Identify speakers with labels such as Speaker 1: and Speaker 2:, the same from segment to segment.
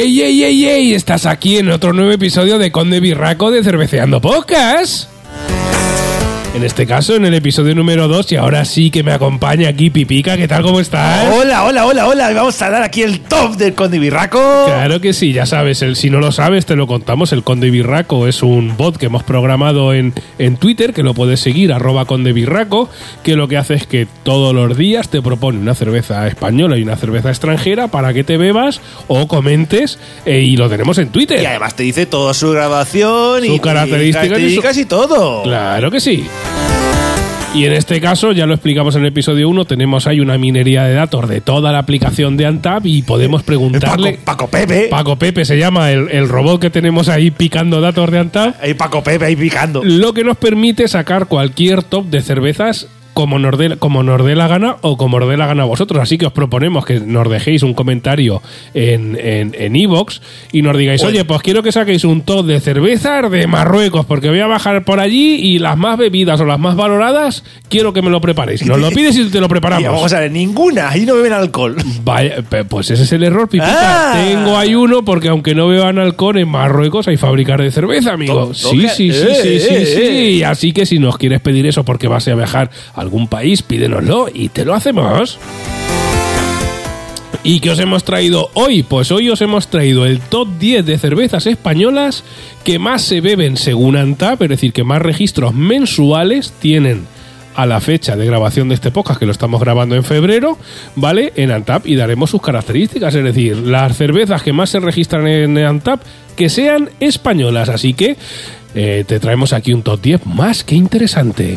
Speaker 1: ¡Ey, ey! Estás aquí en otro nuevo episodio de Conde Birraco de Cerveceando Podcast. En este caso, en el episodio número 2, y ahora sí que me acompaña aquí Pipica. ¿Qué tal? ¿Cómo estás?
Speaker 2: Hola, hola, hola, hola. Vamos a dar aquí el top del Conde Birraco.
Speaker 1: Claro que sí, ya sabes, el, si no lo sabes, te lo contamos. El Conde Birraco es un bot que hemos programado en, en Twitter, que lo puedes seguir, arroba Conde Birraco, que lo que hace es que todos los días te propone una cerveza española y una cerveza extranjera para que te bebas o comentes, eh, y lo tenemos en Twitter.
Speaker 2: Y además te dice toda su grabación
Speaker 1: Su
Speaker 2: y
Speaker 1: características y su-
Speaker 2: características y todo.
Speaker 1: Claro que sí. Y en este caso, ya lo explicamos en el episodio 1, tenemos ahí una minería de datos de toda la aplicación de Antap y podemos
Speaker 2: El Paco,
Speaker 1: preguntarle...
Speaker 2: Paco Pepe.
Speaker 1: Paco Pepe se llama el, el robot que tenemos ahí picando datos de Antap,
Speaker 2: Ahí Paco Pepe ahí picando.
Speaker 1: lo que nos permite sacar cualquier top de cervezas como nos, dé, como nos dé la gana o como nos dé la gana a vosotros. Así que os proponemos que nos dejéis un comentario en en- en iVoox y nos digáis,
Speaker 2: Oye.
Speaker 1: oye, pues quiero que saquéis un top de cervezas de Marruecos porque voy a bajar por allí y las más bebidas o las más valoradas quiero que me lo preparéis. Nos lo pides y te lo
Speaker 2: Y vamos
Speaker 1: preparamos.
Speaker 2: a ver, ninguna. Ahí no beben alcohol.
Speaker 1: Vaya, pe- pues ese es el error, Pipita.
Speaker 2: Ah.
Speaker 1: Tengo ahí uno porque aunque no beban alcohol, en Marruecos hay fabricar de cerveza, amigo.
Speaker 2: To-
Speaker 1: sí,
Speaker 2: toca-
Speaker 1: sí, sí,
Speaker 2: eh,
Speaker 1: sí, sí,
Speaker 2: eh,
Speaker 1: sí. Así que si nos quieres pedir eso porque vas a viajar a algún país, pídenoslo y te lo hacemos. ¿Y qué os hemos traído hoy? Pues hoy os hemos traído el top 10 de cervezas españolas que más se beben según ANTAP, es decir, que más registros mensuales tienen a la fecha de grabación de este podcast, que lo estamos grabando en febrero, ¿vale? En ANTAP y daremos sus características, es decir, las cervezas que más se registran en ANTAP que sean españolas, así que eh, te traemos aquí un top 10 más que interesante.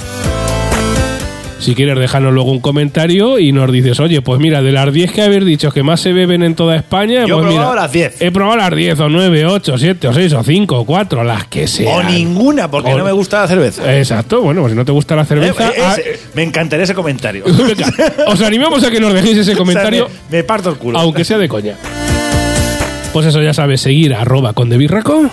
Speaker 1: Si quieres, déjanos luego un comentario y nos dices, oye, pues mira, de las 10 que habéis dicho que más se beben en toda España,
Speaker 2: Yo he
Speaker 1: pues
Speaker 2: probado
Speaker 1: mira,
Speaker 2: las 10.
Speaker 1: He probado las 10 o 9, 8, 7 o 6 o 5 o 4, las que
Speaker 2: O
Speaker 1: sean.
Speaker 2: ninguna, porque
Speaker 1: Con-
Speaker 2: no me gusta la cerveza.
Speaker 1: Exacto, bueno, pues si no te gusta la
Speaker 2: Eh,
Speaker 1: cerveza...
Speaker 2: eh, ese- me encantaría ese comentario.
Speaker 1: ah, venga, os animamos a que nos dejéis ese comentario,
Speaker 2: O sea, me, me parto el culo.
Speaker 1: aunque sea de coña. Pues eso ya sabes, seguir a arroba con debirraco.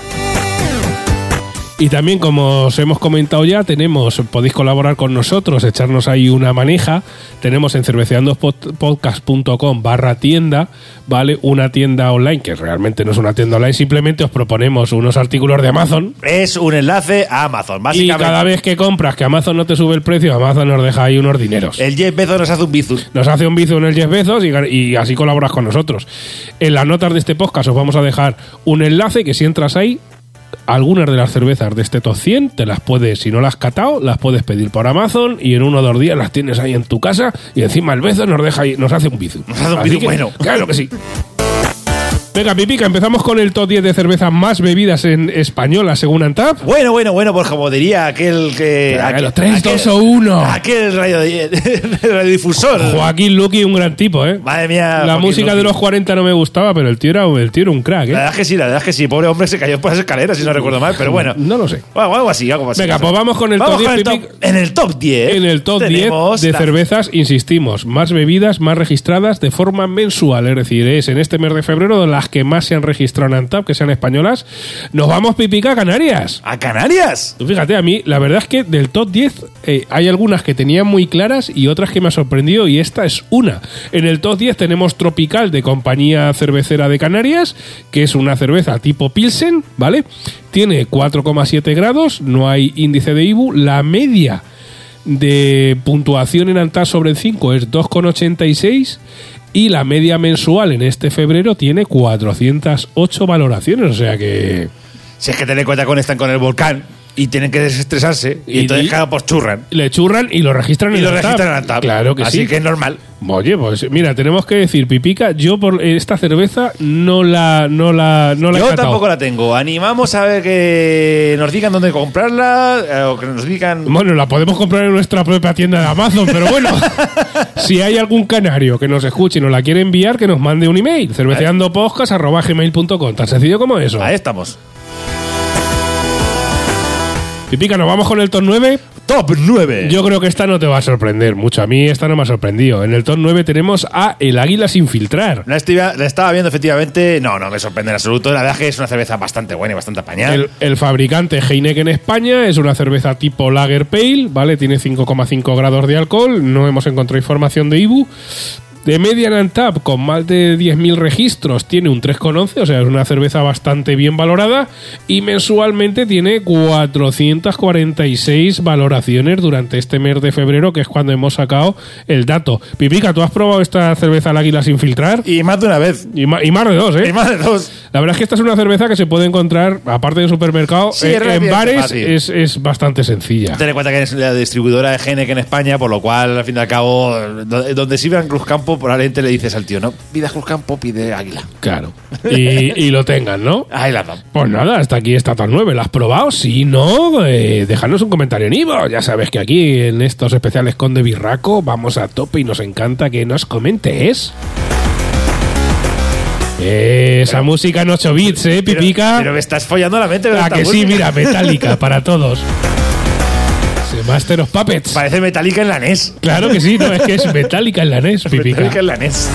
Speaker 1: Y también, como os hemos comentado ya, tenemos, podéis colaborar con nosotros, echarnos ahí una maneja. Tenemos en cerveceandospodcast.com barra tienda, ¿vale? Una tienda online, que realmente no es una tienda online, simplemente os proponemos unos artículos de Amazon.
Speaker 2: Es un enlace a Amazon.
Speaker 1: Y
Speaker 2: Básicamente,
Speaker 1: cada vez que compras, que Amazon no te sube el precio, Amazon nos deja ahí unos dineros
Speaker 2: el Jeff Bezos nos hace un bizum.
Speaker 1: nos hace un bizu en el 10 Bezos y, gan- y así colaboras con nosotros. En las notas de este podcast os vamos a dejar un enlace que si entras ahí, algunas de las cervezas de este top 100 te las puedes, si no las has catado, las puedes pedir por Amazon y en uno o dos días las tienes ahí en tu casa y encima el Bezos nos, deja ahí- nos hace un bizu.
Speaker 2: Nos hace un
Speaker 1: Así
Speaker 2: bizu
Speaker 1: que,
Speaker 2: bueno.
Speaker 1: Claro que sí. Venga, Pipica, empezamos con el top 10 de cervezas más bebidas en española según Antap.
Speaker 2: Bueno, bueno, bueno, pues como diría aquel que.
Speaker 1: Claro,
Speaker 2: aquel-
Speaker 1: tres,
Speaker 2: aquel-
Speaker 1: dos o uno.
Speaker 2: Aquel radio, radiodifusor.
Speaker 1: Joaquín Luqui, un gran tipo, ¿eh?
Speaker 2: Madre mía.
Speaker 1: La
Speaker 2: Joaquín
Speaker 1: música
Speaker 2: Luqui.
Speaker 1: de los 40 no me gustaba, pero el tío era, el tío era un crack, ¿eh?
Speaker 2: La verdad es que sí, la verdad es que sí. Pobre hombre se cayó por las escaleras, si no recuerdo mal, pero bueno.
Speaker 1: Mm,
Speaker 2: ¿eh?
Speaker 1: No lo sé.
Speaker 2: Bueno, algo así, algo así.
Speaker 1: Venga, pues vamos con el
Speaker 2: Vamos
Speaker 1: top 10.
Speaker 2: con el
Speaker 1: Pipi.
Speaker 2: top- En el top 10.
Speaker 1: En el top 10
Speaker 2: tenemos
Speaker 1: de
Speaker 2: la-
Speaker 1: cervezas, insistimos, más bebidas, más registradas de forma mensual. Es decir, es en este mes de febrero las que más se han registrado en Antap, que sean españolas. Nos vamos pipica a Canarias.
Speaker 2: ¿A Canarias?
Speaker 1: Tú Fíjate, a mí la verdad es que del top 10 eh, hay algunas que tenía muy claras y otras que me ha sorprendido y esta es una. En el top 10 tenemos Tropical de Compañía Cervecera de Canarias, que es una cerveza tipo Pilsen, ¿vale? Tiene 4,7 grados, no hay índice de IBU, la media de puntuación en Antas sobre el 5 es 2,86 y la media mensual en este febrero tiene 408 valoraciones, o sea que...
Speaker 2: Si es que ten en cuenta con están con el volcán y tienen que desestresarse y,
Speaker 1: Y-
Speaker 2: entonces,
Speaker 1: y-
Speaker 2: claro, pues churran.
Speaker 1: Le churran y lo registran
Speaker 2: Y
Speaker 1: en
Speaker 2: lo
Speaker 1: la tab.
Speaker 2: registran en la tab.
Speaker 1: Claro que
Speaker 2: Así
Speaker 1: sí.
Speaker 2: que es normal.
Speaker 1: Oye, pues mira, tenemos que decir, Pipica, yo por esta cerveza no la, no la, no la he
Speaker 2: Yo
Speaker 1: catado.
Speaker 2: tampoco la tengo. Animamos a ver que nos digan dónde comprarla eh, o que nos digan.
Speaker 1: Bueno, la podemos comprar en nuestra propia tienda de Amazon, pero bueno, si hay algún canario que nos escuche y nos la quiere enviar, que nos mande un email, cerveceandopodcast.com, tan sencillo como eso.
Speaker 2: Ahí estamos.
Speaker 1: Pipica, nos vamos con el top 9.
Speaker 2: Top 9.
Speaker 1: Yo creo que esta no te va a sorprender mucho. A mí esta no me ha sorprendido. En el top 9 tenemos a El Águila sin filtrar.
Speaker 2: La, estoy- la estaba viendo efectivamente. No, no me sorprende en absoluto. La verdad es que es una cerveza bastante buena y bastante apañada.
Speaker 1: El, el fabricante Heineken España es una cerveza tipo Lager Pale, ¿vale? Tiene 5,5 grados de alcohol, no hemos encontrado información de IBU. De Median and Tap, con más de 10.000 registros, tiene un 3,11, o sea, es una cerveza bastante bien valorada. Y mensualmente tiene 446 valoraciones durante este mes de febrero, que es cuando hemos sacado el dato. Pipica, ¿tú has probado esta cerveza al águila sin filtrar?
Speaker 2: Y más de una vez.
Speaker 1: Y, ma- y más de dos, ¿eh?
Speaker 2: Y más de dos.
Speaker 1: La verdad es que esta es una cerveza que se puede encontrar, aparte de supermercado,
Speaker 2: Sí,
Speaker 1: eh,
Speaker 2: es
Speaker 1: en
Speaker 2: relativamente
Speaker 1: bares
Speaker 2: fácil.
Speaker 1: es, es bastante sencilla.
Speaker 2: Ten en cuenta que es la distribuidora de Heineken en España, por lo cual, al fin y al cabo, do- donde sirvan Cruz Campo, probablemente le dices al tío, no, pida Cruz Campo, pide Águila.
Speaker 1: Claro. Y, y lo tengan, ¿no?
Speaker 2: Ahí la dan.
Speaker 1: Pues nada, hasta aquí está tan 9. ¿La has probado? Si no, eh, déjanos un comentario en Ivo. Ya sabes que aquí en estos especiales con De Birraco vamos a tope y nos encanta que nos comentes. Eh, Esa música en 8 bits, ¿eh,
Speaker 2: Pero-
Speaker 1: Pipica?
Speaker 2: Pero me estás follando la mente. con
Speaker 1: Ah,
Speaker 2: esta
Speaker 1: que sí,
Speaker 2: música.
Speaker 1: mira, metálica para todos. Se Master of Puppets.
Speaker 2: Parece Metallica en la NES.
Speaker 1: Claro que sí, no, es que es metálica en la NES, Pipica.
Speaker 2: Metallica en la E NES.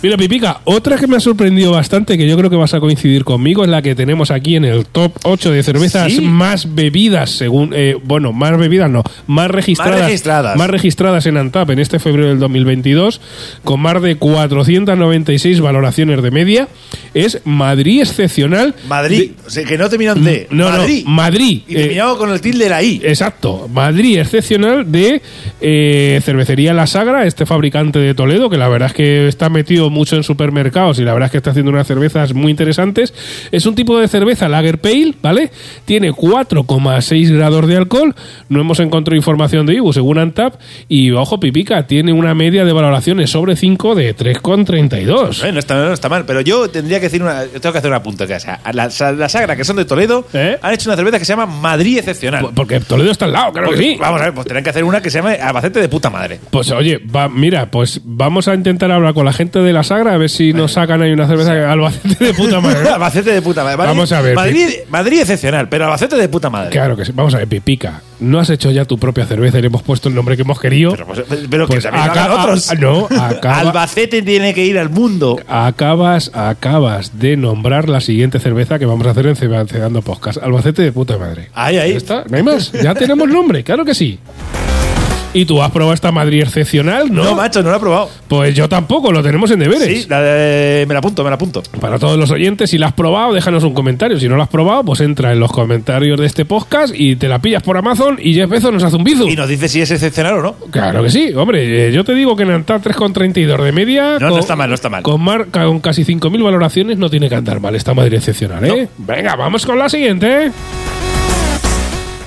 Speaker 1: Mira, Pipica, otra que me ha sorprendido bastante, que yo creo que vas a coincidir conmigo, es la que tenemos aquí en el top 8 de cervezas
Speaker 2: Sí.
Speaker 1: más bebidas, según. eh, bueno, más bebidas no, más registradas.
Speaker 2: Más registradas.
Speaker 1: más registradas en Antap en este febrero del 2022, con más de 496 valoraciones de media. Es Madrid excepcional.
Speaker 2: Madrid. o sea, que no terminan de.
Speaker 1: Mm, No,
Speaker 2: Madrid.
Speaker 1: no, Madrid.
Speaker 2: Y
Speaker 1: eh,
Speaker 2: terminado con el tilde de la I.
Speaker 1: Exacto, Madrid excepcional de eh, cervecería La Sagra, este fabricante de Toledo, que la verdad es que está metido mucho en supermercados y la verdad es que está haciendo unas cervezas muy interesantes. Es un tipo de cerveza Lager Pale, ¿vale? Tiene 4,6 grados de alcohol, no hemos encontrado información de Ibu según Antap, y ojo pipica, tiene una media de valoraciones sobre 5 de 3,32.
Speaker 2: Eh, no, está, no está mal, pero yo tendría que decir una. Tengo que hacer una punta. que, O sea, la, la Sagra, que son de Toledo,
Speaker 1: ¿Eh?
Speaker 2: han hecho una cerveza que se llama Madrid Excepcional.
Speaker 1: Porque Toledo está al lado, claro que
Speaker 2: Porque-
Speaker 1: sí.
Speaker 2: Vamos a ver, pues tendrán que hacer una que se llame Albacete de puta madre.
Speaker 1: Pues oye, va- mira, pues vamos a intentar hablar con la gente de la Sagra a ver si nos sacan ahí una cerveza que- Albacete de puta madre.
Speaker 2: Albacete de puta madre. Madrid-
Speaker 1: Vamos a ver,
Speaker 2: Madrid, Madrid excepcional, pero Albacete de puta madre.
Speaker 1: claro que sí. Vamos a ver, Pipica, no has hecho ya tu propia cerveza y le hemos puesto el nombre que hemos querido.
Speaker 2: Pero, pues, pero
Speaker 1: Pues
Speaker 2: que también lo
Speaker 1: acá-
Speaker 2: hagan otros.
Speaker 1: a- no, acaba-
Speaker 2: Albacete tiene que ir al mundo.
Speaker 1: Acabas, acabas de nombrar la siguiente cerveza que vamos a hacer en Ceba- Cebando Podcast. Albacete de puta madre.
Speaker 2: Ahí, ahí.
Speaker 1: Ya está, no hay más. Ya tenemos nombre, claro que sí. ¿Y tú has probado esta Madrid excepcional? No,
Speaker 2: No, macho, no lo he probado.
Speaker 1: Pues yo tampoco, lo tenemos en deberes.
Speaker 2: Sí, la de- me la apunto, me la apunto.
Speaker 1: Para todos los oyentes, si la has probado, déjanos un comentario. Si no la has probado, pues entra en los comentarios de este podcast y te la pillas por Amazon y Jeff Bezos nos hace un bizu.
Speaker 2: Y nos dice si es excepcional o no.
Speaker 1: Claro que sí, hombre. eh, yo te digo que en Antar 3,32 de media.
Speaker 2: No, no está mal, no está mal.
Speaker 1: Con, mar- con casi 5.000 valoraciones no tiene que andar mal esta madre excepcional, ¿eh? Venga, vamos con la siguiente.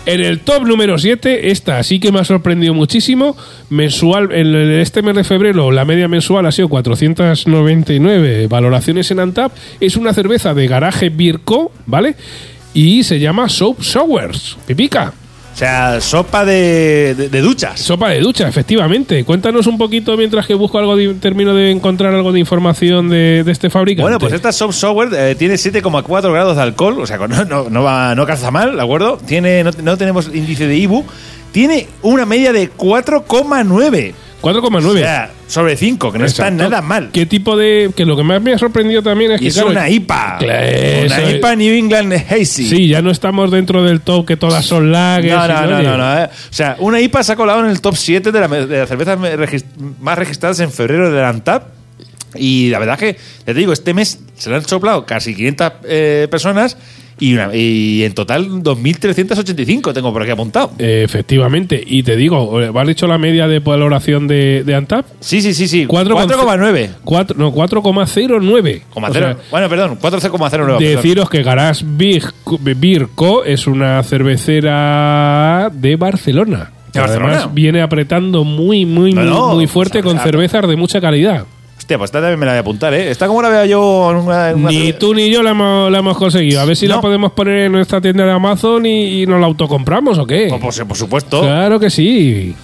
Speaker 1: En el top número 7, esta sí que me ha sorprendido muchísimo. Mensual, en el- este mes de febrero, la media mensual ha sido 499 valoraciones en Antap. Es una cerveza de garaje Birco, ¿vale? Y se llama Soap Showers. Pipica.
Speaker 2: O sea, sopa de, de- de duchas.
Speaker 1: Sopa de ducha, efectivamente. Cuéntanos un poquito mientras que busco algo, de- termino de encontrar algo de información de, de este fabricante.
Speaker 2: Bueno, pues esta Soap Sour eh, tiene 7,4 grados de alcohol, o sea, con- no, no, no va, no calza mal, ¿de acuerdo? Tiene, no, no tenemos índice de IBU. Tiene una media de 4,9.
Speaker 1: 4,9.
Speaker 2: O sea, sobre 5, que no
Speaker 1: Exacto.
Speaker 2: está nada mal.
Speaker 1: ¿Qué tipo de.? Que lo que más me ha sorprendido también es
Speaker 2: Y
Speaker 1: que.
Speaker 2: es
Speaker 1: claro,
Speaker 2: una IPA.
Speaker 1: Claro, eso
Speaker 2: una
Speaker 1: es.
Speaker 2: IPA New England Hazy.
Speaker 1: Sí, ya no estamos dentro del top que todas son lagers.
Speaker 2: No,
Speaker 1: y
Speaker 2: no, no,
Speaker 1: oye,
Speaker 2: no, no, eh. O sea, una IPA se ha colado en el top 7 de, la- de las cervezas me- regis- más registradas en febrero de la ANTAP. Y la verdad que, ya te digo, este mes se le han soplado casi 500 eh, personas y, una- y en total 2.385 tengo por aquí apuntado.
Speaker 1: eh, Efectivamente, y te digo, eh, ¿has dicho la media de valoración de, de Antap?
Speaker 2: Sí, sí, sí, sí.
Speaker 1: 4,9.
Speaker 2: 4,9.
Speaker 1: Cuatro- no, 4,09.
Speaker 2: Coma
Speaker 1: O
Speaker 2: cero-
Speaker 1: sea,
Speaker 2: bueno, perdón, 4,09. perdón.
Speaker 1: Deciros que Garage Big Birco es una cervecera de Barcelona.
Speaker 2: ¿De Barcelona?
Speaker 1: Además, viene apretando muy, muy,
Speaker 2: No,
Speaker 1: muy,
Speaker 2: no,
Speaker 1: muy fuerte
Speaker 2: o sea,
Speaker 1: con
Speaker 2: a-
Speaker 1: cervezas de mucha calidad.
Speaker 2: Hostia, pues esta también me la voy a apuntar, ¿eh? Esta como la veo yo en una... en una-
Speaker 1: Ni tú ni yo la hemos, la hemos conseguido. A ver si la
Speaker 2: No.
Speaker 1: podemos poner en nuestra tienda de Amazon y, y nos la autocompramos o qué.
Speaker 2: Oh, pues, por supuesto.
Speaker 1: Claro que sí.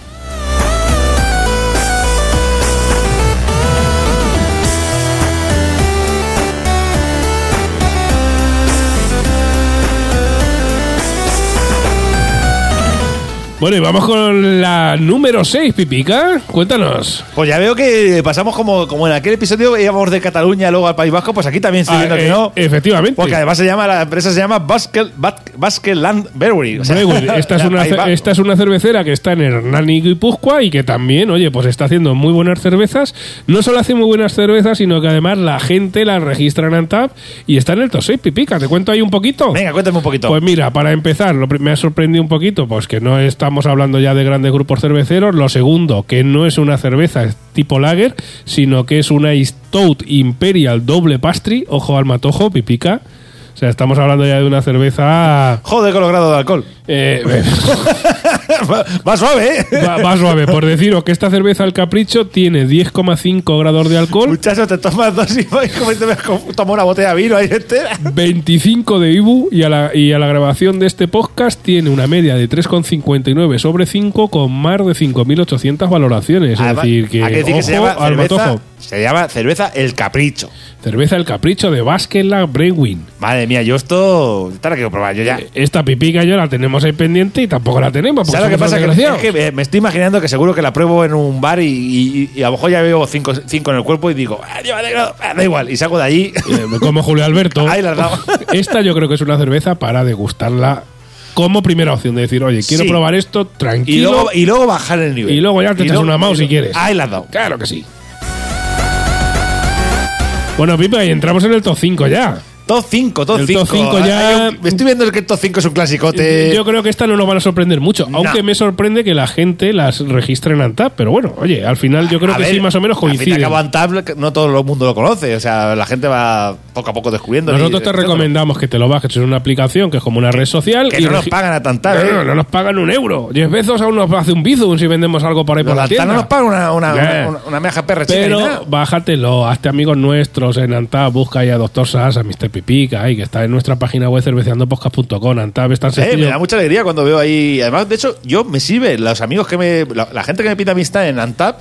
Speaker 1: Bueno, y vamos con la número 6, Pipica. Cuéntanos.
Speaker 2: Pues ya veo que pasamos como, como en aquel episodio íbamos de Cataluña luego al País Vasco, pues aquí también estoy
Speaker 1: Ah,
Speaker 2: viendo
Speaker 1: eh,
Speaker 2: que no.
Speaker 1: efectivamente.
Speaker 2: Porque además se llama, la empresa se llama Basque, Bat- Basque Land Brewery. O sea,
Speaker 1: Brewer, esta, es
Speaker 2: la
Speaker 1: una,
Speaker 2: País
Speaker 1: ce-
Speaker 2: Vasco.
Speaker 1: esta es una cervecera que está en Hernán y Guipúzcoa y que también, oye, pues está haciendo muy buenas cervezas. No solo hace muy buenas cervezas, sino que además la gente las registra en Antap y está en el top 6, Pipica. ¿Te cuento ahí un poquito?
Speaker 2: Venga, cuéntame un poquito.
Speaker 1: Pues mira, para empezar, lo pri- me ha sorprendido un poquito, pues que no estamos hablando ya de grandes grupos cerveceros. Lo segundo, que no es una cerveza tipo lager, sino que es una Stout Imperial doble pastry, ojo al matojo, pipica. O sea, estamos hablando ya de una cerveza
Speaker 2: Joder con los grados de alcohol.
Speaker 1: eh,
Speaker 2: Va- Va suave, ¿eh?
Speaker 1: va- más suave. Por deciros que esta cerveza al capricho tiene 10,5 grados de alcohol,
Speaker 2: Muchacho, te tomas dos y vas como te ves como- toma una botella de vino ahí este. entera.
Speaker 1: 25 de IBU y a, la, y a la grabación de este podcast tiene una media de 3,59 sobre 5 con más de 5.800 valoraciones. Es
Speaker 2: Además,
Speaker 1: decir, que,
Speaker 2: hay que decir que se
Speaker 1: ojo
Speaker 2: llama
Speaker 1: al
Speaker 2: cerveza,
Speaker 1: matojo.
Speaker 2: se llama cerveza El Capricho.
Speaker 1: Cerveza El Capricho de Basquela Brewing.
Speaker 2: Madre mía, yo esto... Esta la quiero probar, yo ya...
Speaker 1: Eh, Esta pipica yo la tenemos ahí pendiente y tampoco la tenemos. Porque
Speaker 2: ¿Sabes lo Pues que
Speaker 1: somos
Speaker 2: pasa? Que,
Speaker 1: desgraciados.
Speaker 2: es que me- me estoy imaginando que seguro que la pruebo en un bar y, y- y a lo mejor ya veo cinco, cinco en el cuerpo y digo, "Ah, lleva de grado, ah, da igual, y salgo de allí.
Speaker 1: Eh, como Julio Alberto.
Speaker 2: Ahí la has dado.
Speaker 1: Esta yo creo que es una cerveza para degustarla como primera opción de decir, oye, quiero
Speaker 2: Sí.
Speaker 1: probar esto
Speaker 2: y,
Speaker 1: tranquilo.
Speaker 2: luego, y luego bajar el nivel.
Speaker 1: y luego ya te echas
Speaker 2: luego-
Speaker 1: una mouse
Speaker 2: y-
Speaker 1: si quieres.
Speaker 2: Ahí la has dado.
Speaker 1: Claro que sí. Bueno, Pipa, y entramos en el top 5 ya.
Speaker 2: Top 5, top
Speaker 1: El
Speaker 2: 5.
Speaker 1: top cinco ya-
Speaker 2: Me estoy viendo que el top 5 es un clasicote.
Speaker 1: Yo creo que esta no nos van a sorprender mucho,
Speaker 2: No.
Speaker 1: aunque me sorprende que la gente las registre en Antap, pero bueno, oye, al final yo creo
Speaker 2: A
Speaker 1: que
Speaker 2: ver,
Speaker 1: sí, más o menos
Speaker 2: al fin y al
Speaker 1: coincide.
Speaker 2: cabo, Antab, no todo el mundo lo conoce. O sea, la gente va poco a poco descubriendo.
Speaker 1: Nosotros
Speaker 2: y-
Speaker 1: te recomendamos que te lo bajes en una aplicación que es como una red social.
Speaker 2: Que
Speaker 1: y
Speaker 2: no nos
Speaker 1: regi-
Speaker 2: pagan a tantar,
Speaker 1: No,
Speaker 2: ¿eh?
Speaker 1: no, no nos pagan un euro. Diez pesos aún nos hace un bizum si vendemos algo por ahí por
Speaker 2: Los
Speaker 1: la
Speaker 2: Antab
Speaker 1: tienda.
Speaker 2: no nos pagan una, una,
Speaker 1: Ya.
Speaker 2: una, una, una meja perra chica ni nada.
Speaker 1: Pero bájatelo, este hazte amigos nuestros en Antab, busca ahí a Doctor Sass, a Mr. Pipica, ahí, que está en nuestra página web cerveceandopodcast.com. Antab es tan
Speaker 2: Eh, me
Speaker 1: sencillo.
Speaker 2: da mucha alegría cuando veo ahí. Además, de hecho, yo me sirve. Los amigos que me. La, la gente que me pide amistad en Antap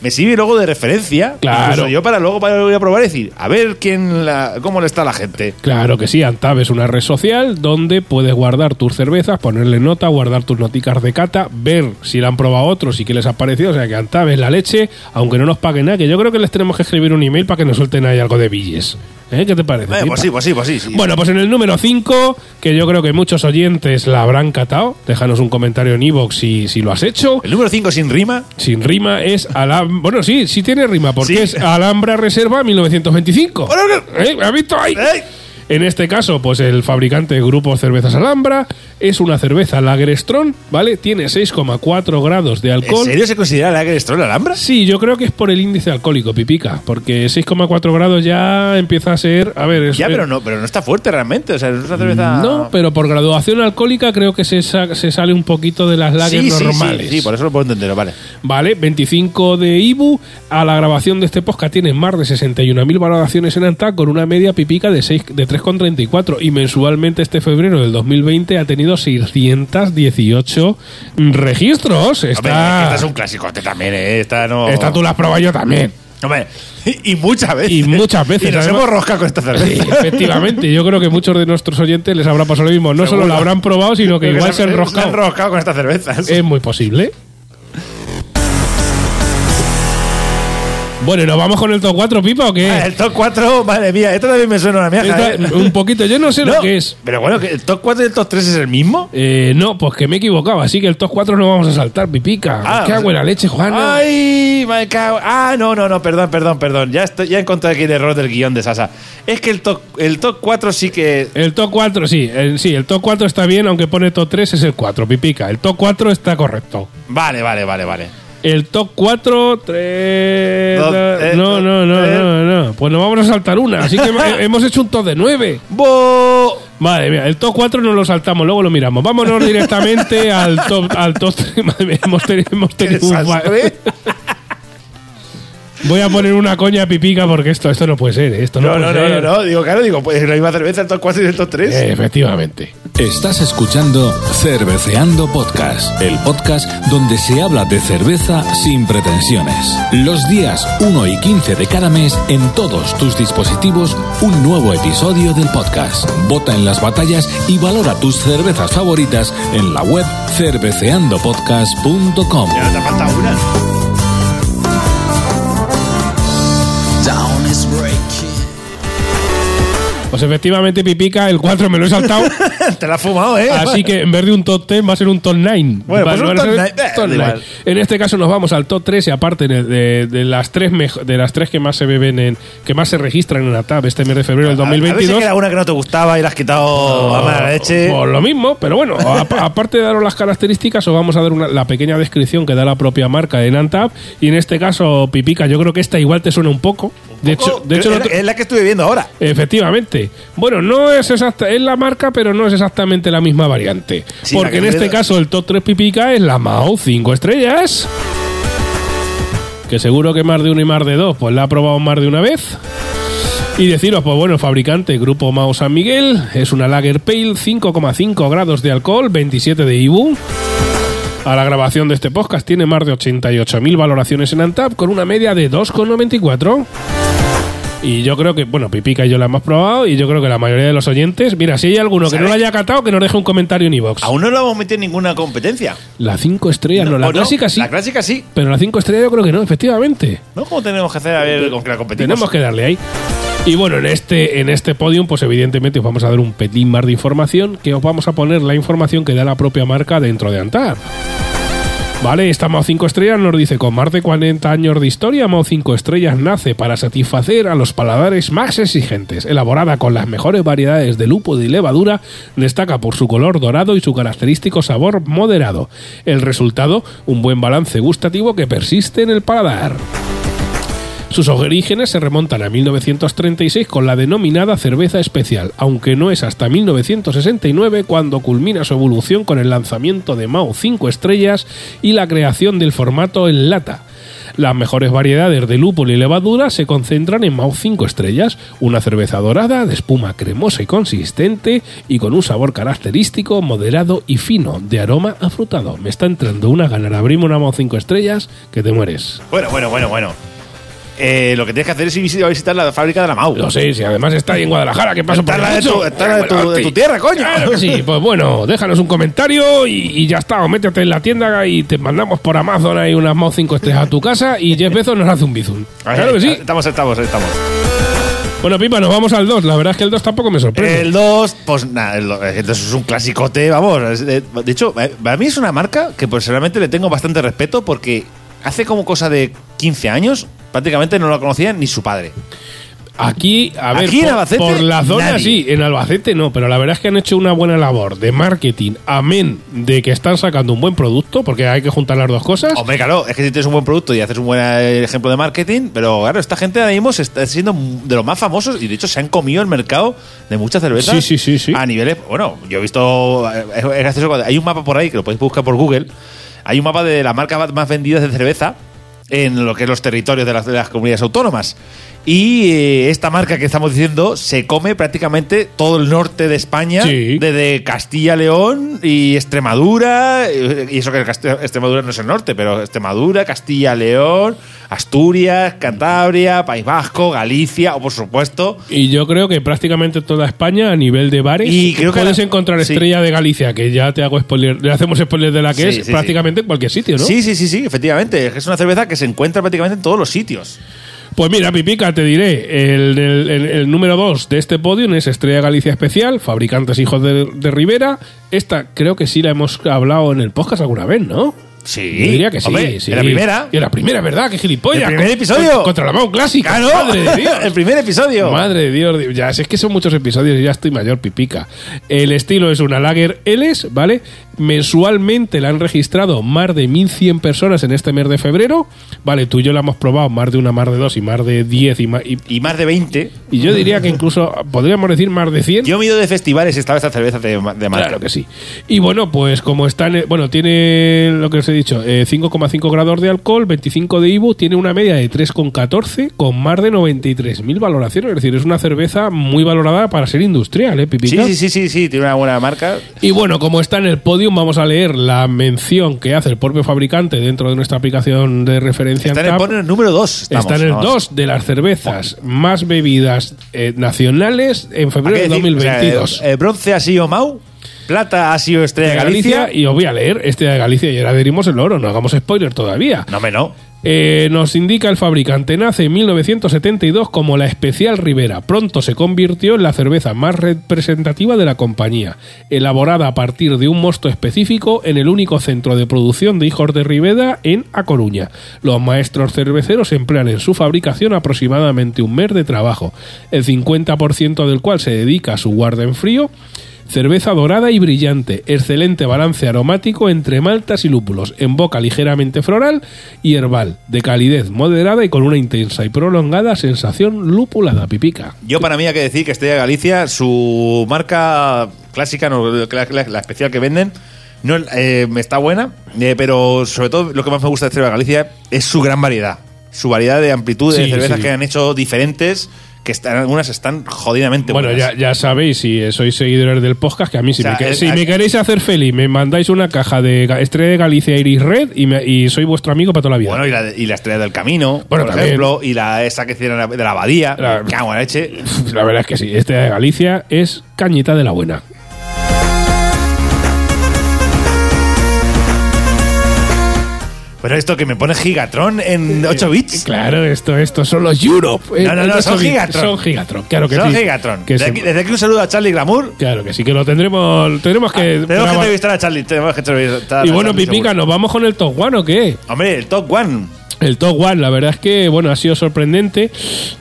Speaker 2: me sirve luego de referencia.
Speaker 1: Claro.
Speaker 2: incluso yo para luego para ir a probar y decir, a ver quién la, cómo le está a la gente.
Speaker 1: Claro que sí, Antab es una red social donde puedes guardar tus cervezas, ponerle nota, guardar tus noticas de cata, ver si la han probado otros y qué les ha parecido. O sea que Antab es la leche, aunque no nos paguen nada, que yo creo que les tenemos que escribir un email para que nos suelten ahí algo de billes. ¿Eh? ¿Qué te parece?
Speaker 2: Eh,
Speaker 1: Pipa?
Speaker 2: pues sí, pues sí, pues sí. sí.
Speaker 1: Bueno, pues en el número 5, que yo creo que muchos oyentes la habrán catado, déjanos un comentario en iVoox si, si lo has hecho.
Speaker 2: El número 5 sin rima.
Speaker 1: Sin rima es Alhambra. Bueno, sí, sí tiene rima, porque
Speaker 2: Sí.
Speaker 1: es Alhambra Reserva 1925.
Speaker 2: Bueno, bueno.
Speaker 1: ¿Eh? ¿Has visto ahí?
Speaker 2: ¡Eh!
Speaker 1: En este caso, pues el fabricante Grupo Cervezas Alhambra es una cerveza Lagerstrón, ¿vale? Tiene 6,4 grados de
Speaker 2: ¿En
Speaker 1: alcohol.
Speaker 2: serio se considera la que la Alhambra?
Speaker 1: Sí, yo creo que es por el índice alcohólico, pipica, porque 6,4 grados ya empieza a ser. A ver, es.
Speaker 2: Ya,
Speaker 1: eh,
Speaker 2: pero no, pero no está fuerte realmente. O sea, no es una cerveza.
Speaker 1: No, pero por graduación alcohólica creo que se, sa- se sale un poquito de las lager
Speaker 2: sí, sí,
Speaker 1: normales.
Speaker 2: Sí, sí, por eso lo puedo entender, vale.
Speaker 1: Vale, 25 de IBU. A la grabación de este podcast tienen más de 61.000 valoraciones en Antac con una media pipica de, seis- de 3,34 y mensualmente este febrero del 2020 ha tenido 618 registros.
Speaker 2: Hombre,
Speaker 1: Está,
Speaker 2: esta es un clasicote también, ¿eh? Esta no.
Speaker 1: esta tú la has probado yo también.
Speaker 2: Hombre, y, y muchas veces.
Speaker 1: Y muchas veces,
Speaker 2: Y nos
Speaker 1: además.
Speaker 2: hemos roscado con esta cerveza.
Speaker 1: Sí, efectivamente, yo creo que muchos de nuestros oyentes les habrá pasado lo mismo. No solo
Speaker 2: Seguro.
Speaker 1: la habrán probado, sino que
Speaker 2: Creo
Speaker 1: igual se han
Speaker 2: Se han
Speaker 1: roscado. Eh,
Speaker 2: roscado con estas cervezas.
Speaker 1: Es muy posible. Bueno, ¿y ¿nos vamos con el top 4, Pipa, o qué?
Speaker 2: Ah, el top 4, madre mía, esto también me suena a una mierda.
Speaker 1: Esta- un poquito, yo no sé lo que es.
Speaker 2: Pero bueno, que ¿el top 4 y el top 3 es el mismo?
Speaker 1: Eh, no, pues que me he equivocado, así que el top 4 no vamos a saltar, pipica.
Speaker 2: Ah,
Speaker 1: ¡Qué
Speaker 2: o sea-
Speaker 1: buena leche, Juana!
Speaker 2: Ay, me cago. Ah, no, no, no, perdón, perdón, perdón. Ya, estoy, ya encontré aquí el error del guión de Sasa. Es que el top, el top 4 sí que.
Speaker 1: El top 4, sí, el, sí, el top 4 está bien, aunque pone top 3 es el 4, pipica. El top 4 está correcto.
Speaker 2: Vale, vale, vale, vale.
Speaker 1: El top 4, 3...
Speaker 2: Dos, eh,
Speaker 1: no,
Speaker 2: dos,
Speaker 1: no, no,
Speaker 2: tres.
Speaker 1: no, no. Pues nos vamos a saltar una, así que he- hemos hecho un top de 9.
Speaker 2: Bo.
Speaker 1: Madre mía, el top 4 no lo saltamos, luego lo miramos. Vámonos directamente al top al top 3. Madre mía, hemos tenido, hemos
Speaker 2: ¡Qué
Speaker 1: tenido un fa-
Speaker 2: desastre!
Speaker 1: Voy a poner una coña pipica porque esto, esto no puede ser. ¿eh? Esto no,
Speaker 2: No, no,
Speaker 1: puede
Speaker 2: no, no,
Speaker 1: ser.
Speaker 2: no. Digo, claro, digo, pues la misma cerveza, el top 4 y el top 3.
Speaker 1: Eh, Efectivamente.
Speaker 3: Estás escuchando Cerveceando Podcast, el podcast donde se habla de cerveza sin pretensiones. Los días 1 y 15 de cada mes en todos tus dispositivos un nuevo episodio del podcast. Vota en las batallas y valora tus cervezas favoritas en la web cerveceandopodcast.com.
Speaker 2: Ya no te falta una.
Speaker 4: Down is breaking.
Speaker 1: Pues efectivamente, pipica, el 4 me lo he saltado.
Speaker 2: Te la has fumado, ¿eh?
Speaker 1: Así que en vez de un top 10 va a ser un top 9.
Speaker 2: Bueno, pues un top nine, eh, da igual.
Speaker 1: En este caso nos vamos al top 3 y aparte de, de- de las tres mejo- de las tres que más se beben en que más se registran en la TAP este mes de febrero del
Speaker 2: A ver si
Speaker 1: 2022.
Speaker 2: queda una que no te gustaba y la has quitado a mala leche.
Speaker 1: Por Ah, pues lo mismo, pero bueno, a- aparte de daros las características, os vamos a dar una- la pequeña descripción que da la propia marca en Antap. Y en este caso, Pipica, yo creo que esta igual te suena un poco. De hecho, de hecho
Speaker 2: es,
Speaker 1: no
Speaker 2: la,
Speaker 1: te-
Speaker 2: es la que estuve viendo ahora.
Speaker 1: Efectivamente. Bueno, no es exacta, es la marca, pero no es exactamente la misma variante.
Speaker 2: Sí, la
Speaker 1: Porque
Speaker 2: que
Speaker 1: en
Speaker 2: me
Speaker 1: este
Speaker 2: da-
Speaker 1: caso el top 3 pipica es la Mao 5 estrellas. Que seguro que más de uno y más de dos, pues la ha probado más de una vez. Y deciros, pues bueno, fabricante, Grupo Mao San Miguel, es una Lager Pale, 5,5 grados de alcohol, 27 de IBU. A la grabación de este podcast tiene más de 88.000 valoraciones en Antap con una media de 2,94. Y yo creo que, bueno, Pipica y yo la hemos probado y yo creo que la mayoría de los oyentes, mira, si hay alguno que no
Speaker 2: ¿Sabes?
Speaker 1: lo haya catado, que nos deje un comentario en iVox.
Speaker 2: Aún no lo hemos metido en ninguna competencia.
Speaker 1: La 5 estrellas, no, la
Speaker 2: ¿O no?
Speaker 1: clásica sí.
Speaker 2: La clásica sí.
Speaker 1: Pero la 5 estrellas yo creo que no, efectivamente.
Speaker 2: ¿No? ¿Cómo tenemos que hacer a ver con que la competimos?
Speaker 1: Tenemos que darle ahí. Y bueno, en este, en este podium, pues evidentemente os vamos a dar un petín más de información, que os vamos a poner la información que da la propia marca dentro de Antar. Vale, esta MAO 5 estrellas nos dice, con más de 40 años de historia, MAO 5 estrellas nace para satisfacer a los paladares más exigentes. Elaborada con las mejores variedades de lúpulo y levadura, destaca por su color dorado y su característico sabor moderado. El resultado, un buen balance gustativo que persiste en el paladar. Sus orígenes se remontan a 1936 con la denominada cerveza especial, aunque no es hasta 1969 cuando culmina su evolución con el lanzamiento de Mao 5 estrellas y la creación del formato en lata. Las mejores variedades de lúpulo y levadura se concentran en Mao 5 estrellas, una cerveza dorada de espuma cremosa y consistente y con un sabor característico, moderado y fino, de aroma afrutado. Me está entrando una gana, de abrirme una Mao 5 estrellas que te mueres.
Speaker 2: Bueno, bueno, bueno, bueno. Eh, lo que tienes que hacer es ir a visitar la fábrica de la MAU.
Speaker 1: Lo sé, si además está ahí en Guadalajara, que paso
Speaker 2: Está
Speaker 1: por
Speaker 2: la de
Speaker 1: mucho.
Speaker 2: tu- está la de tu- de tu tierra, coño.
Speaker 1: Claro que sí, pues bueno, déjanos un comentario y, y ya está, o métete en la tienda y te mandamos por Amazon ahí unas Mao 5 estrellas a tu casa y Jeff Bezos nos hace un bizum.
Speaker 2: Ahí,
Speaker 1: Claro que sí.
Speaker 2: Estamos, estamos, estamos.
Speaker 1: Bueno, Pipa, nos vamos al 2. La verdad es que el 2 tampoco me sorprende.
Speaker 2: El 2, pues nada, el do- el 2 es un clasicote, vamos. es De de hecho, eh, para mí es una marca que personalmente le tengo bastante respeto porque hace como cosa de 15 años prácticamente no la conocía ni su padre.
Speaker 1: Aquí, a ver,
Speaker 2: Aquí en
Speaker 1: por,
Speaker 2: Albacete,
Speaker 1: por la zona
Speaker 2: nadie.
Speaker 1: sí, en Albacete no, pero la verdad es que han hecho una buena labor de marketing, amén de que están sacando un buen producto, porque hay que juntar las dos cosas.
Speaker 2: Hombre, claro, es que si tienes un buen producto y haces un buen eh, ejemplo de marketing, pero claro, esta gente ahora mismo se está siendo de los más famosos y de hecho se han comido el mercado de muchas cervezas.
Speaker 1: Sí, sí, sí, sí.
Speaker 2: A niveles, bueno, yo he visto, eh, es gracioso cuando- hay un mapa por ahí que lo podéis buscar por Google, hay un mapa de las marcas más vendidas de cerveza en lo que es los territorios de las, de las comunidades autónomas. Y eh, esta marca que estamos diciendo se come prácticamente todo el norte de España,
Speaker 1: Sí.
Speaker 2: desde Castilla, León y Extremadura, eh, y eso que Cast- Extremadura no es el norte, pero Extremadura, Castilla, León, Asturias, Cantabria, País Vasco, Galicia, o por supuesto.
Speaker 1: Y yo creo que prácticamente toda España a nivel de bares
Speaker 2: Y creo que
Speaker 1: puedes
Speaker 2: la-
Speaker 1: encontrar
Speaker 2: sí.
Speaker 1: Estrella de Galicia, que ya te hago spoiler, le hacemos spoiler de la que
Speaker 2: Sí,
Speaker 1: es
Speaker 2: sí, sí.
Speaker 1: prácticamente en cualquier sitio, ¿no?
Speaker 2: Sí, sí, sí, sí, efectivamente. Es que Es una cerveza que se encuentra prácticamente en todos los sitios.
Speaker 1: Pues mira, Pipica, te diré, el, el- el- el número 2 de este podium es Estrella Galicia Especial, Fabricantes Hijos de, de Rivera. Esta creo que sí la hemos hablado en el podcast alguna vez, ¿no?
Speaker 2: Sí.
Speaker 1: Yo diría que sí,
Speaker 2: Hombre,
Speaker 1: sí.
Speaker 2: en la primera.
Speaker 1: En la primera, ¿verdad? ¡Qué gilipollas!
Speaker 2: El primer
Speaker 1: Con-
Speaker 2: episodio.
Speaker 1: con- Contra la Mau Clásica.
Speaker 2: ¡Claro!
Speaker 1: ¡Madre de Dios!
Speaker 2: ¡Ah, el primer episodio.
Speaker 1: Madre de Dios, di- ya es que son muchos episodios y ya estoy mayor pipica. El estilo es una lager Ls, ¿vale? Mensualmente la han registrado más de 1.100 personas en este mes de febrero. Vale, tú y yo la hemos probado más de una, más de dos y más de 10 y, más- y-
Speaker 2: Y más de 20.
Speaker 1: y yo diría que incluso podríamos decir más de 100.
Speaker 2: Yo me he ido de festivales y estaba esta cerveza de, ma- de marca.
Speaker 1: Claro que sí. Y bueno, pues como están, eh, bueno, tiene lo que os he dicho, eh, 5,5 grados de alcohol, 25 de IBU, tiene una media de 3,14 con más de 93.000 valoraciones. Es decir, es una cerveza muy valorada para ser industrial, ¿eh,
Speaker 2: Sí,
Speaker 1: Pipica?
Speaker 2: sí, sí, sí, sí, tiene una buena marca.
Speaker 1: Y bueno, como está en el podium, vamos a leer la mención que hace el propio fabricante dentro de nuestra aplicación de referencia.
Speaker 2: Está en el
Speaker 1: Antap.
Speaker 2: poner número 2.
Speaker 1: Está en el 2 de las cervezas más bebidas eh, nacionales en febrero de 2022.
Speaker 2: eh, bronce ha sido Mau, plata ha sido Estrella
Speaker 1: de
Speaker 2: Galicia.
Speaker 1: Galicia y os voy a leer este de Galicia y ahora diremos el oro, no hagamos spoiler todavía.
Speaker 2: No, me no.
Speaker 1: Eh, nos indica el fabricante, nace en 1972 como la Especial Rivera. Pronto se convirtió en la cerveza más representativa de la compañía, elaborada a partir de un mosto específico en el único centro de producción de hijos de Rivera en A Coruña. Los maestros cerveceros emplean en su fabricación aproximadamente un mes de trabajo, el 50% del cual se dedica a su guarda en frío Cerveza dorada y brillante, excelente balance aromático entre maltas y lúpulos, en boca ligeramente floral y herbal, de calidez moderada y con una intensa y prolongada sensación lupulada pipica.
Speaker 2: Yo para mí hay que decir que Estrella Galicia, su marca clásica, no, la, la- la especial que venden, no eh, está buena, eh, pero sobre todo lo que más me gusta de Estrella Galicia es su gran variedad. Su variedad de amplitud de
Speaker 1: Sí,
Speaker 2: cervezas
Speaker 1: sí.
Speaker 2: que han hecho diferentes, que están, algunas están jodidamente
Speaker 1: Bueno,
Speaker 2: buenas.
Speaker 1: ya, ya sabéis, si eh, sois seguidores del podcast, que a mí si,
Speaker 2: O sea,
Speaker 1: me, que-
Speaker 2: el-
Speaker 1: si
Speaker 2: a-
Speaker 1: me queréis hacer feliz, me mandáis una caja de ga- Estrella de Galicia Iris Red y, me- y soy vuestro amigo para toda la vida.
Speaker 2: Bueno, y la, y la Estrella del Camino,
Speaker 1: Bueno,
Speaker 2: por
Speaker 1: también.
Speaker 2: ejemplo, y la esa que hicieron de la Abadía,
Speaker 1: La-
Speaker 2: me cago en la leche.
Speaker 1: la verdad es que sí, Estrella de Galicia es cañita de la buena.
Speaker 2: Pero esto que me pone Gigatron en 8 bits.
Speaker 1: Claro, esto, esto son los Europe. eh,
Speaker 2: No, no, no,
Speaker 1: Estos
Speaker 2: son Gigatron.
Speaker 1: Son Gigatron, claro que
Speaker 2: Son
Speaker 1: sí.
Speaker 2: Gigatron.
Speaker 1: Que
Speaker 2: Desde
Speaker 1: sí.
Speaker 2: aquí, desde aquí un saludo a Charlie Glamour.
Speaker 1: Claro que sí, que lo tendremos. Tenemos que.
Speaker 2: Tenemos Ah, que
Speaker 1: grabar.
Speaker 2: entrevistar a Charlie. Tenemos que entrevistar a
Speaker 1: y bueno,
Speaker 2: Charlie,
Speaker 1: Pipica,
Speaker 2: seguro.
Speaker 1: ¿nos vamos con el top one o qué?
Speaker 2: Hombre, el top one.
Speaker 1: El top one, la verdad es que, bueno, ha sido sorprendente.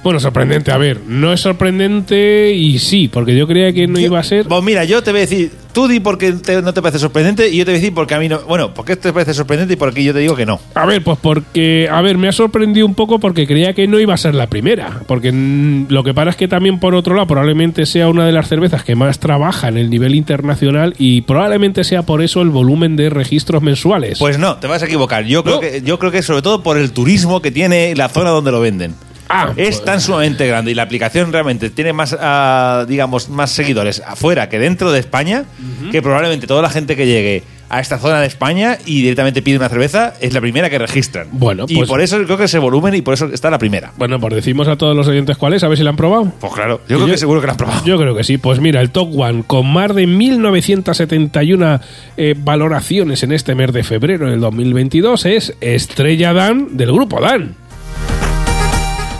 Speaker 1: Bueno, sorprendente, a ver, no es sorprendente y sí, porque yo creía que no iba a ser.
Speaker 2: Pues mira, yo te voy a decir, tú di porque te- no te parece sorprendente y yo te voy a decir porque a mí no. Bueno, porque te parece sorprendente y porque yo te digo que no.
Speaker 1: A ver, pues porque, a ver, me ha sorprendido un poco porque creía que no iba a ser la primera. Porque mm, lo que pasa es que también, por otro lado, probablemente sea una de las cervezas que más trabaja en el nivel internacional y probablemente sea por eso el volumen de registros mensuales.
Speaker 2: Pues no, te vas a equivocar. Yo creo
Speaker 1: No.
Speaker 2: que yo creo que sobre todo por el turismo que tiene la zona donde lo venden.
Speaker 1: Ah,
Speaker 2: es
Speaker 1: pues.
Speaker 2: tan sumamente grande y la aplicación realmente tiene más, ah, digamos, más seguidores afuera que dentro de España, que probablemente toda la gente que llegue a esta zona de España y directamente pide una cerveza es la primera que registran.
Speaker 1: Bueno,
Speaker 2: y
Speaker 1: pues-
Speaker 2: por eso creo que ese volumen y por eso está la primera.
Speaker 1: bueno, pues decimos a todos los oyentes cuáles, a ver si la han probado.
Speaker 2: Pues claro, yo creo que seguro que la han probado.
Speaker 1: Yo creo que sí. Pues mira, el Top One con más de 1971 eh, valoraciones en este mes de febrero del 2022 es Estrella Dan del grupo Dan.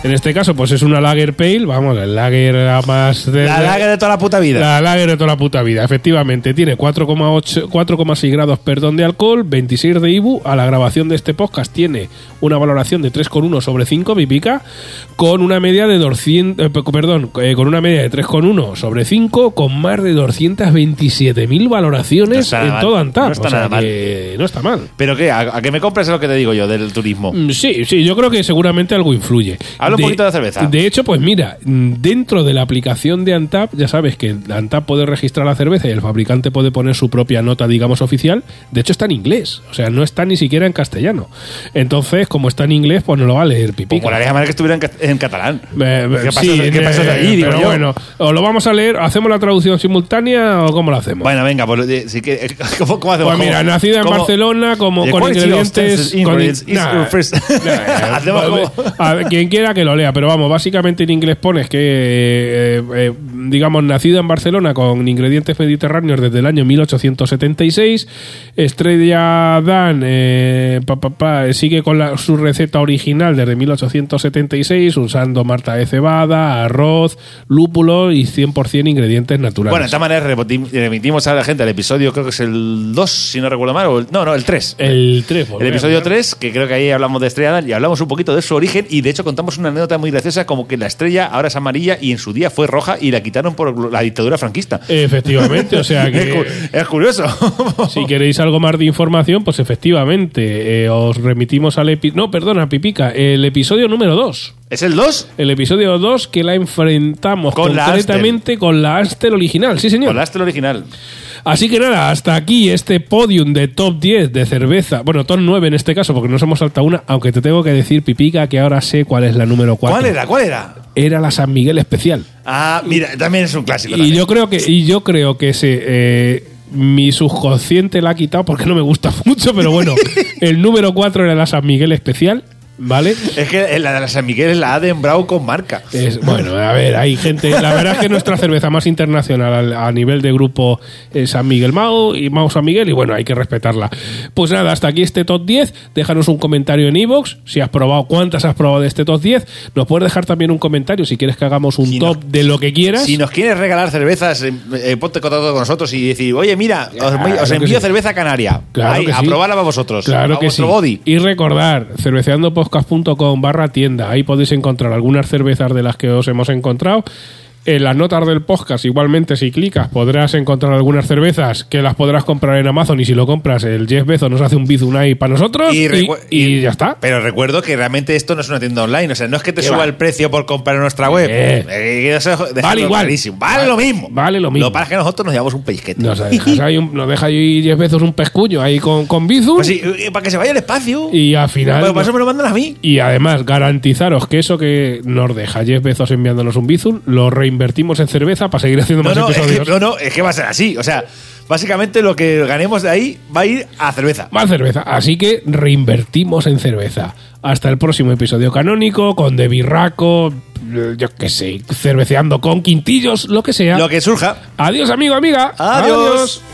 Speaker 1: En este caso, pues es una Lager Pale, vamos, el Lager a más de
Speaker 2: la laga de toda la puta vida.
Speaker 1: la lager de toda la puta vida, efectivamente. Tiene 4,8 4,6 grados perdón, de alcohol, 26 de IBU. A la grabación de este podcast tiene una valoración de 3,1 sobre 5, pipica, con una media de 200, eh, perdón, eh, con una media de 3,1 sobre 5, con más de 227.000
Speaker 2: No
Speaker 1: valoraciones
Speaker 2: está nada
Speaker 1: en
Speaker 2: mal,
Speaker 1: todo Antap.
Speaker 2: no está
Speaker 1: o sea
Speaker 2: nada mal.
Speaker 1: que no está mal.
Speaker 2: ¿Pero qué? ¿A, a qué me compras lo que te digo yo del turismo?
Speaker 1: Mm, Sí, sí, yo creo que seguramente algo influye.
Speaker 2: Habla un poquito de la cerveza.
Speaker 1: De hecho, pues mira, mm, dentro de la aplicación de Antap, ya sabes que Antap puede registrar la cerveza y el fabricante puede poner su propia nota, digamos, oficial. De hecho, está en inglés, o sea, no está ni siquiera en castellano. Entonces, como está en inglés, pues no lo va a leer
Speaker 2: Pues
Speaker 1: pipica.
Speaker 2: molaría más que estuviera en, ca- en catalán.
Speaker 1: Eh, eh,
Speaker 2: ¿Qué pasa,
Speaker 1: sí,
Speaker 2: ¿qué
Speaker 1: eh,
Speaker 2: pasa de ahí?
Speaker 1: eh,
Speaker 2: Digo
Speaker 1: pero
Speaker 2: yo.
Speaker 1: bueno, o lo vamos a leer, hacemos la traducción simultánea o cómo lo hacemos.
Speaker 2: Bueno, venga, pues, eh, si que, ¿cómo, cómo hacemos?
Speaker 1: Pues mira,
Speaker 2: ¿Cómo-
Speaker 1: nacida en
Speaker 2: cómo-
Speaker 1: Barcelona, como
Speaker 2: The
Speaker 1: con
Speaker 2: quality of
Speaker 1: ingredientes.
Speaker 2: Texas
Speaker 1: con
Speaker 2: ingredients is
Speaker 1: nah,
Speaker 2: your first.
Speaker 1: nah,
Speaker 2: Hacemos
Speaker 1: eh,
Speaker 2: como-
Speaker 1: a ver, quien quiera que lo lea, pero vamos, básicamente en inglés pones que, eh, eh, digamos, nacida en Barcelona con ingredientes mediterráneos desde el año 1876, Estrella Dan eh, pa, pa, pa, eh, sigue con la- su receta original desde 1876, usando marta de cebada, arroz, lúpulo y 100% ingredientes naturales.
Speaker 2: Bueno, de esta manera repetim- remitimos a la gente al episodio, creo que es el 2, si no recuerdo mal, o el- no, no, el 3.
Speaker 1: el 3,
Speaker 2: El episodio 3, que creo que ahí hablamos de Estrella Dan y hablamos un poquito de su origen y de hecho contamos una anécdota muy graciosa como que la estrella ahora es amarilla y en su día fue roja y la quitaron por la dictadura franquista.
Speaker 1: Eh, Efectivamente, o sea
Speaker 2: Es
Speaker 1: que
Speaker 2: cu- es curioso.
Speaker 1: si queréis algo más de información, pues efectivamente, eh, os remitimos al episodio... No, perdona, Pipica, el episodio número 2.
Speaker 2: ¿Es el 2?
Speaker 1: El episodio 2 que la enfrentamos
Speaker 2: Con la
Speaker 1: concretamente con la Aster original, sí señor.
Speaker 2: Con el original.
Speaker 1: Así que nada, hasta aquí este podium de top 10 de cerveza. Bueno, top 9 en este caso, porque nos hemos saltado una, aunque te tengo que decir, Pipica, que ahora sé cuál es la número 4.
Speaker 2: ¿Cuál era? ¿Cuál era?
Speaker 1: Era la San Miguel especial.
Speaker 2: Ah, mira, también es un clásico.
Speaker 1: Y
Speaker 2: también.
Speaker 1: yo creo que, y yo creo que ese, eh, mi subconsciente la ha quitado porque no me gusta mucho, pero bueno, el número 4 era la San Miguel especial, ¿vale?
Speaker 2: Es que la de la San Miguel es la Aden Brau con marca.
Speaker 1: Es- bueno, a ver, hay gente. La verdad es que nuestra cerveza más internacional al- a, nivel de grupo es San Miguel Mao y Mao San Miguel, y bueno, hay que respetarla. Pues nada, hasta aquí este top 10. Déjanos un comentario en iVoox si has probado, cuántas has probado de este top 10. Nos puedes dejar también un comentario si quieres que hagamos un
Speaker 2: Si
Speaker 1: top
Speaker 2: nos-
Speaker 1: de lo que quieras.
Speaker 2: Si nos quieres regalar cervezas, eh, eh, ponte en contacto con nosotros y decir, oye, mira, os,
Speaker 1: Claro
Speaker 2: os
Speaker 1: que
Speaker 2: envío
Speaker 1: sí.
Speaker 2: cerveza canaria.
Speaker 1: Claro
Speaker 2: Ahí,
Speaker 1: que
Speaker 2: a
Speaker 1: sí.
Speaker 2: probarla para vosotros.
Speaker 1: Claro
Speaker 2: a
Speaker 1: que sí.
Speaker 2: vuestro body.
Speaker 1: Y recordar, cerveceandopodcast.com barra tienda, ahí podéis encontrar algunas cervezas de las que os hemos encontrado. En las notas del podcast, igualmente, si clicas, podrás encontrar algunas cervezas que las podrás comprar en Amazon y si lo compras, el Jeff Bezos nos hace un bizunai para nosotros y,
Speaker 2: recu-
Speaker 1: y ya está.
Speaker 2: Pero recuerdo que realmente esto no es una tienda online. O sea, no es que te
Speaker 1: ¿Qué
Speaker 2: suba
Speaker 1: va?
Speaker 2: el precio por comprar en nuestra web.
Speaker 1: Eh.
Speaker 2: Eh, que eso- dejadlo
Speaker 1: igual.
Speaker 2: clarísimo. Vale, lo mismo.
Speaker 1: Vale lo mismo.
Speaker 2: Lo que pasa es que nosotros nos llevamos un pellizquete.
Speaker 1: Nos dejas ahí un- nos deja ahí Jeff Bezos un pescuño ahí con, con bizun
Speaker 2: Pues sí, eh, para que se vaya al espacio.
Speaker 1: y al final...
Speaker 2: Pero para
Speaker 1: no-
Speaker 2: eso me lo mandan a mí.
Speaker 1: Y además, garantizaros que eso que nos deja Jeff Bezos enviándonos un bizun, lo reinvertimos en cerveza para seguir haciendo
Speaker 2: No,
Speaker 1: más
Speaker 2: no, es que,
Speaker 1: episodios.
Speaker 2: no, no, es que va a ser así. O sea, básicamente lo que ganemos de ahí va a ir a cerveza.
Speaker 1: Más cerveza. Así que reinvertimos en cerveza. Hasta el próximo episodio canónico, con De Birraco, eh, yo qué sé, cerveceando con quintillos, lo que sea.
Speaker 2: Lo que surja.
Speaker 1: Adiós, amigo, amiga.
Speaker 2: Adiós.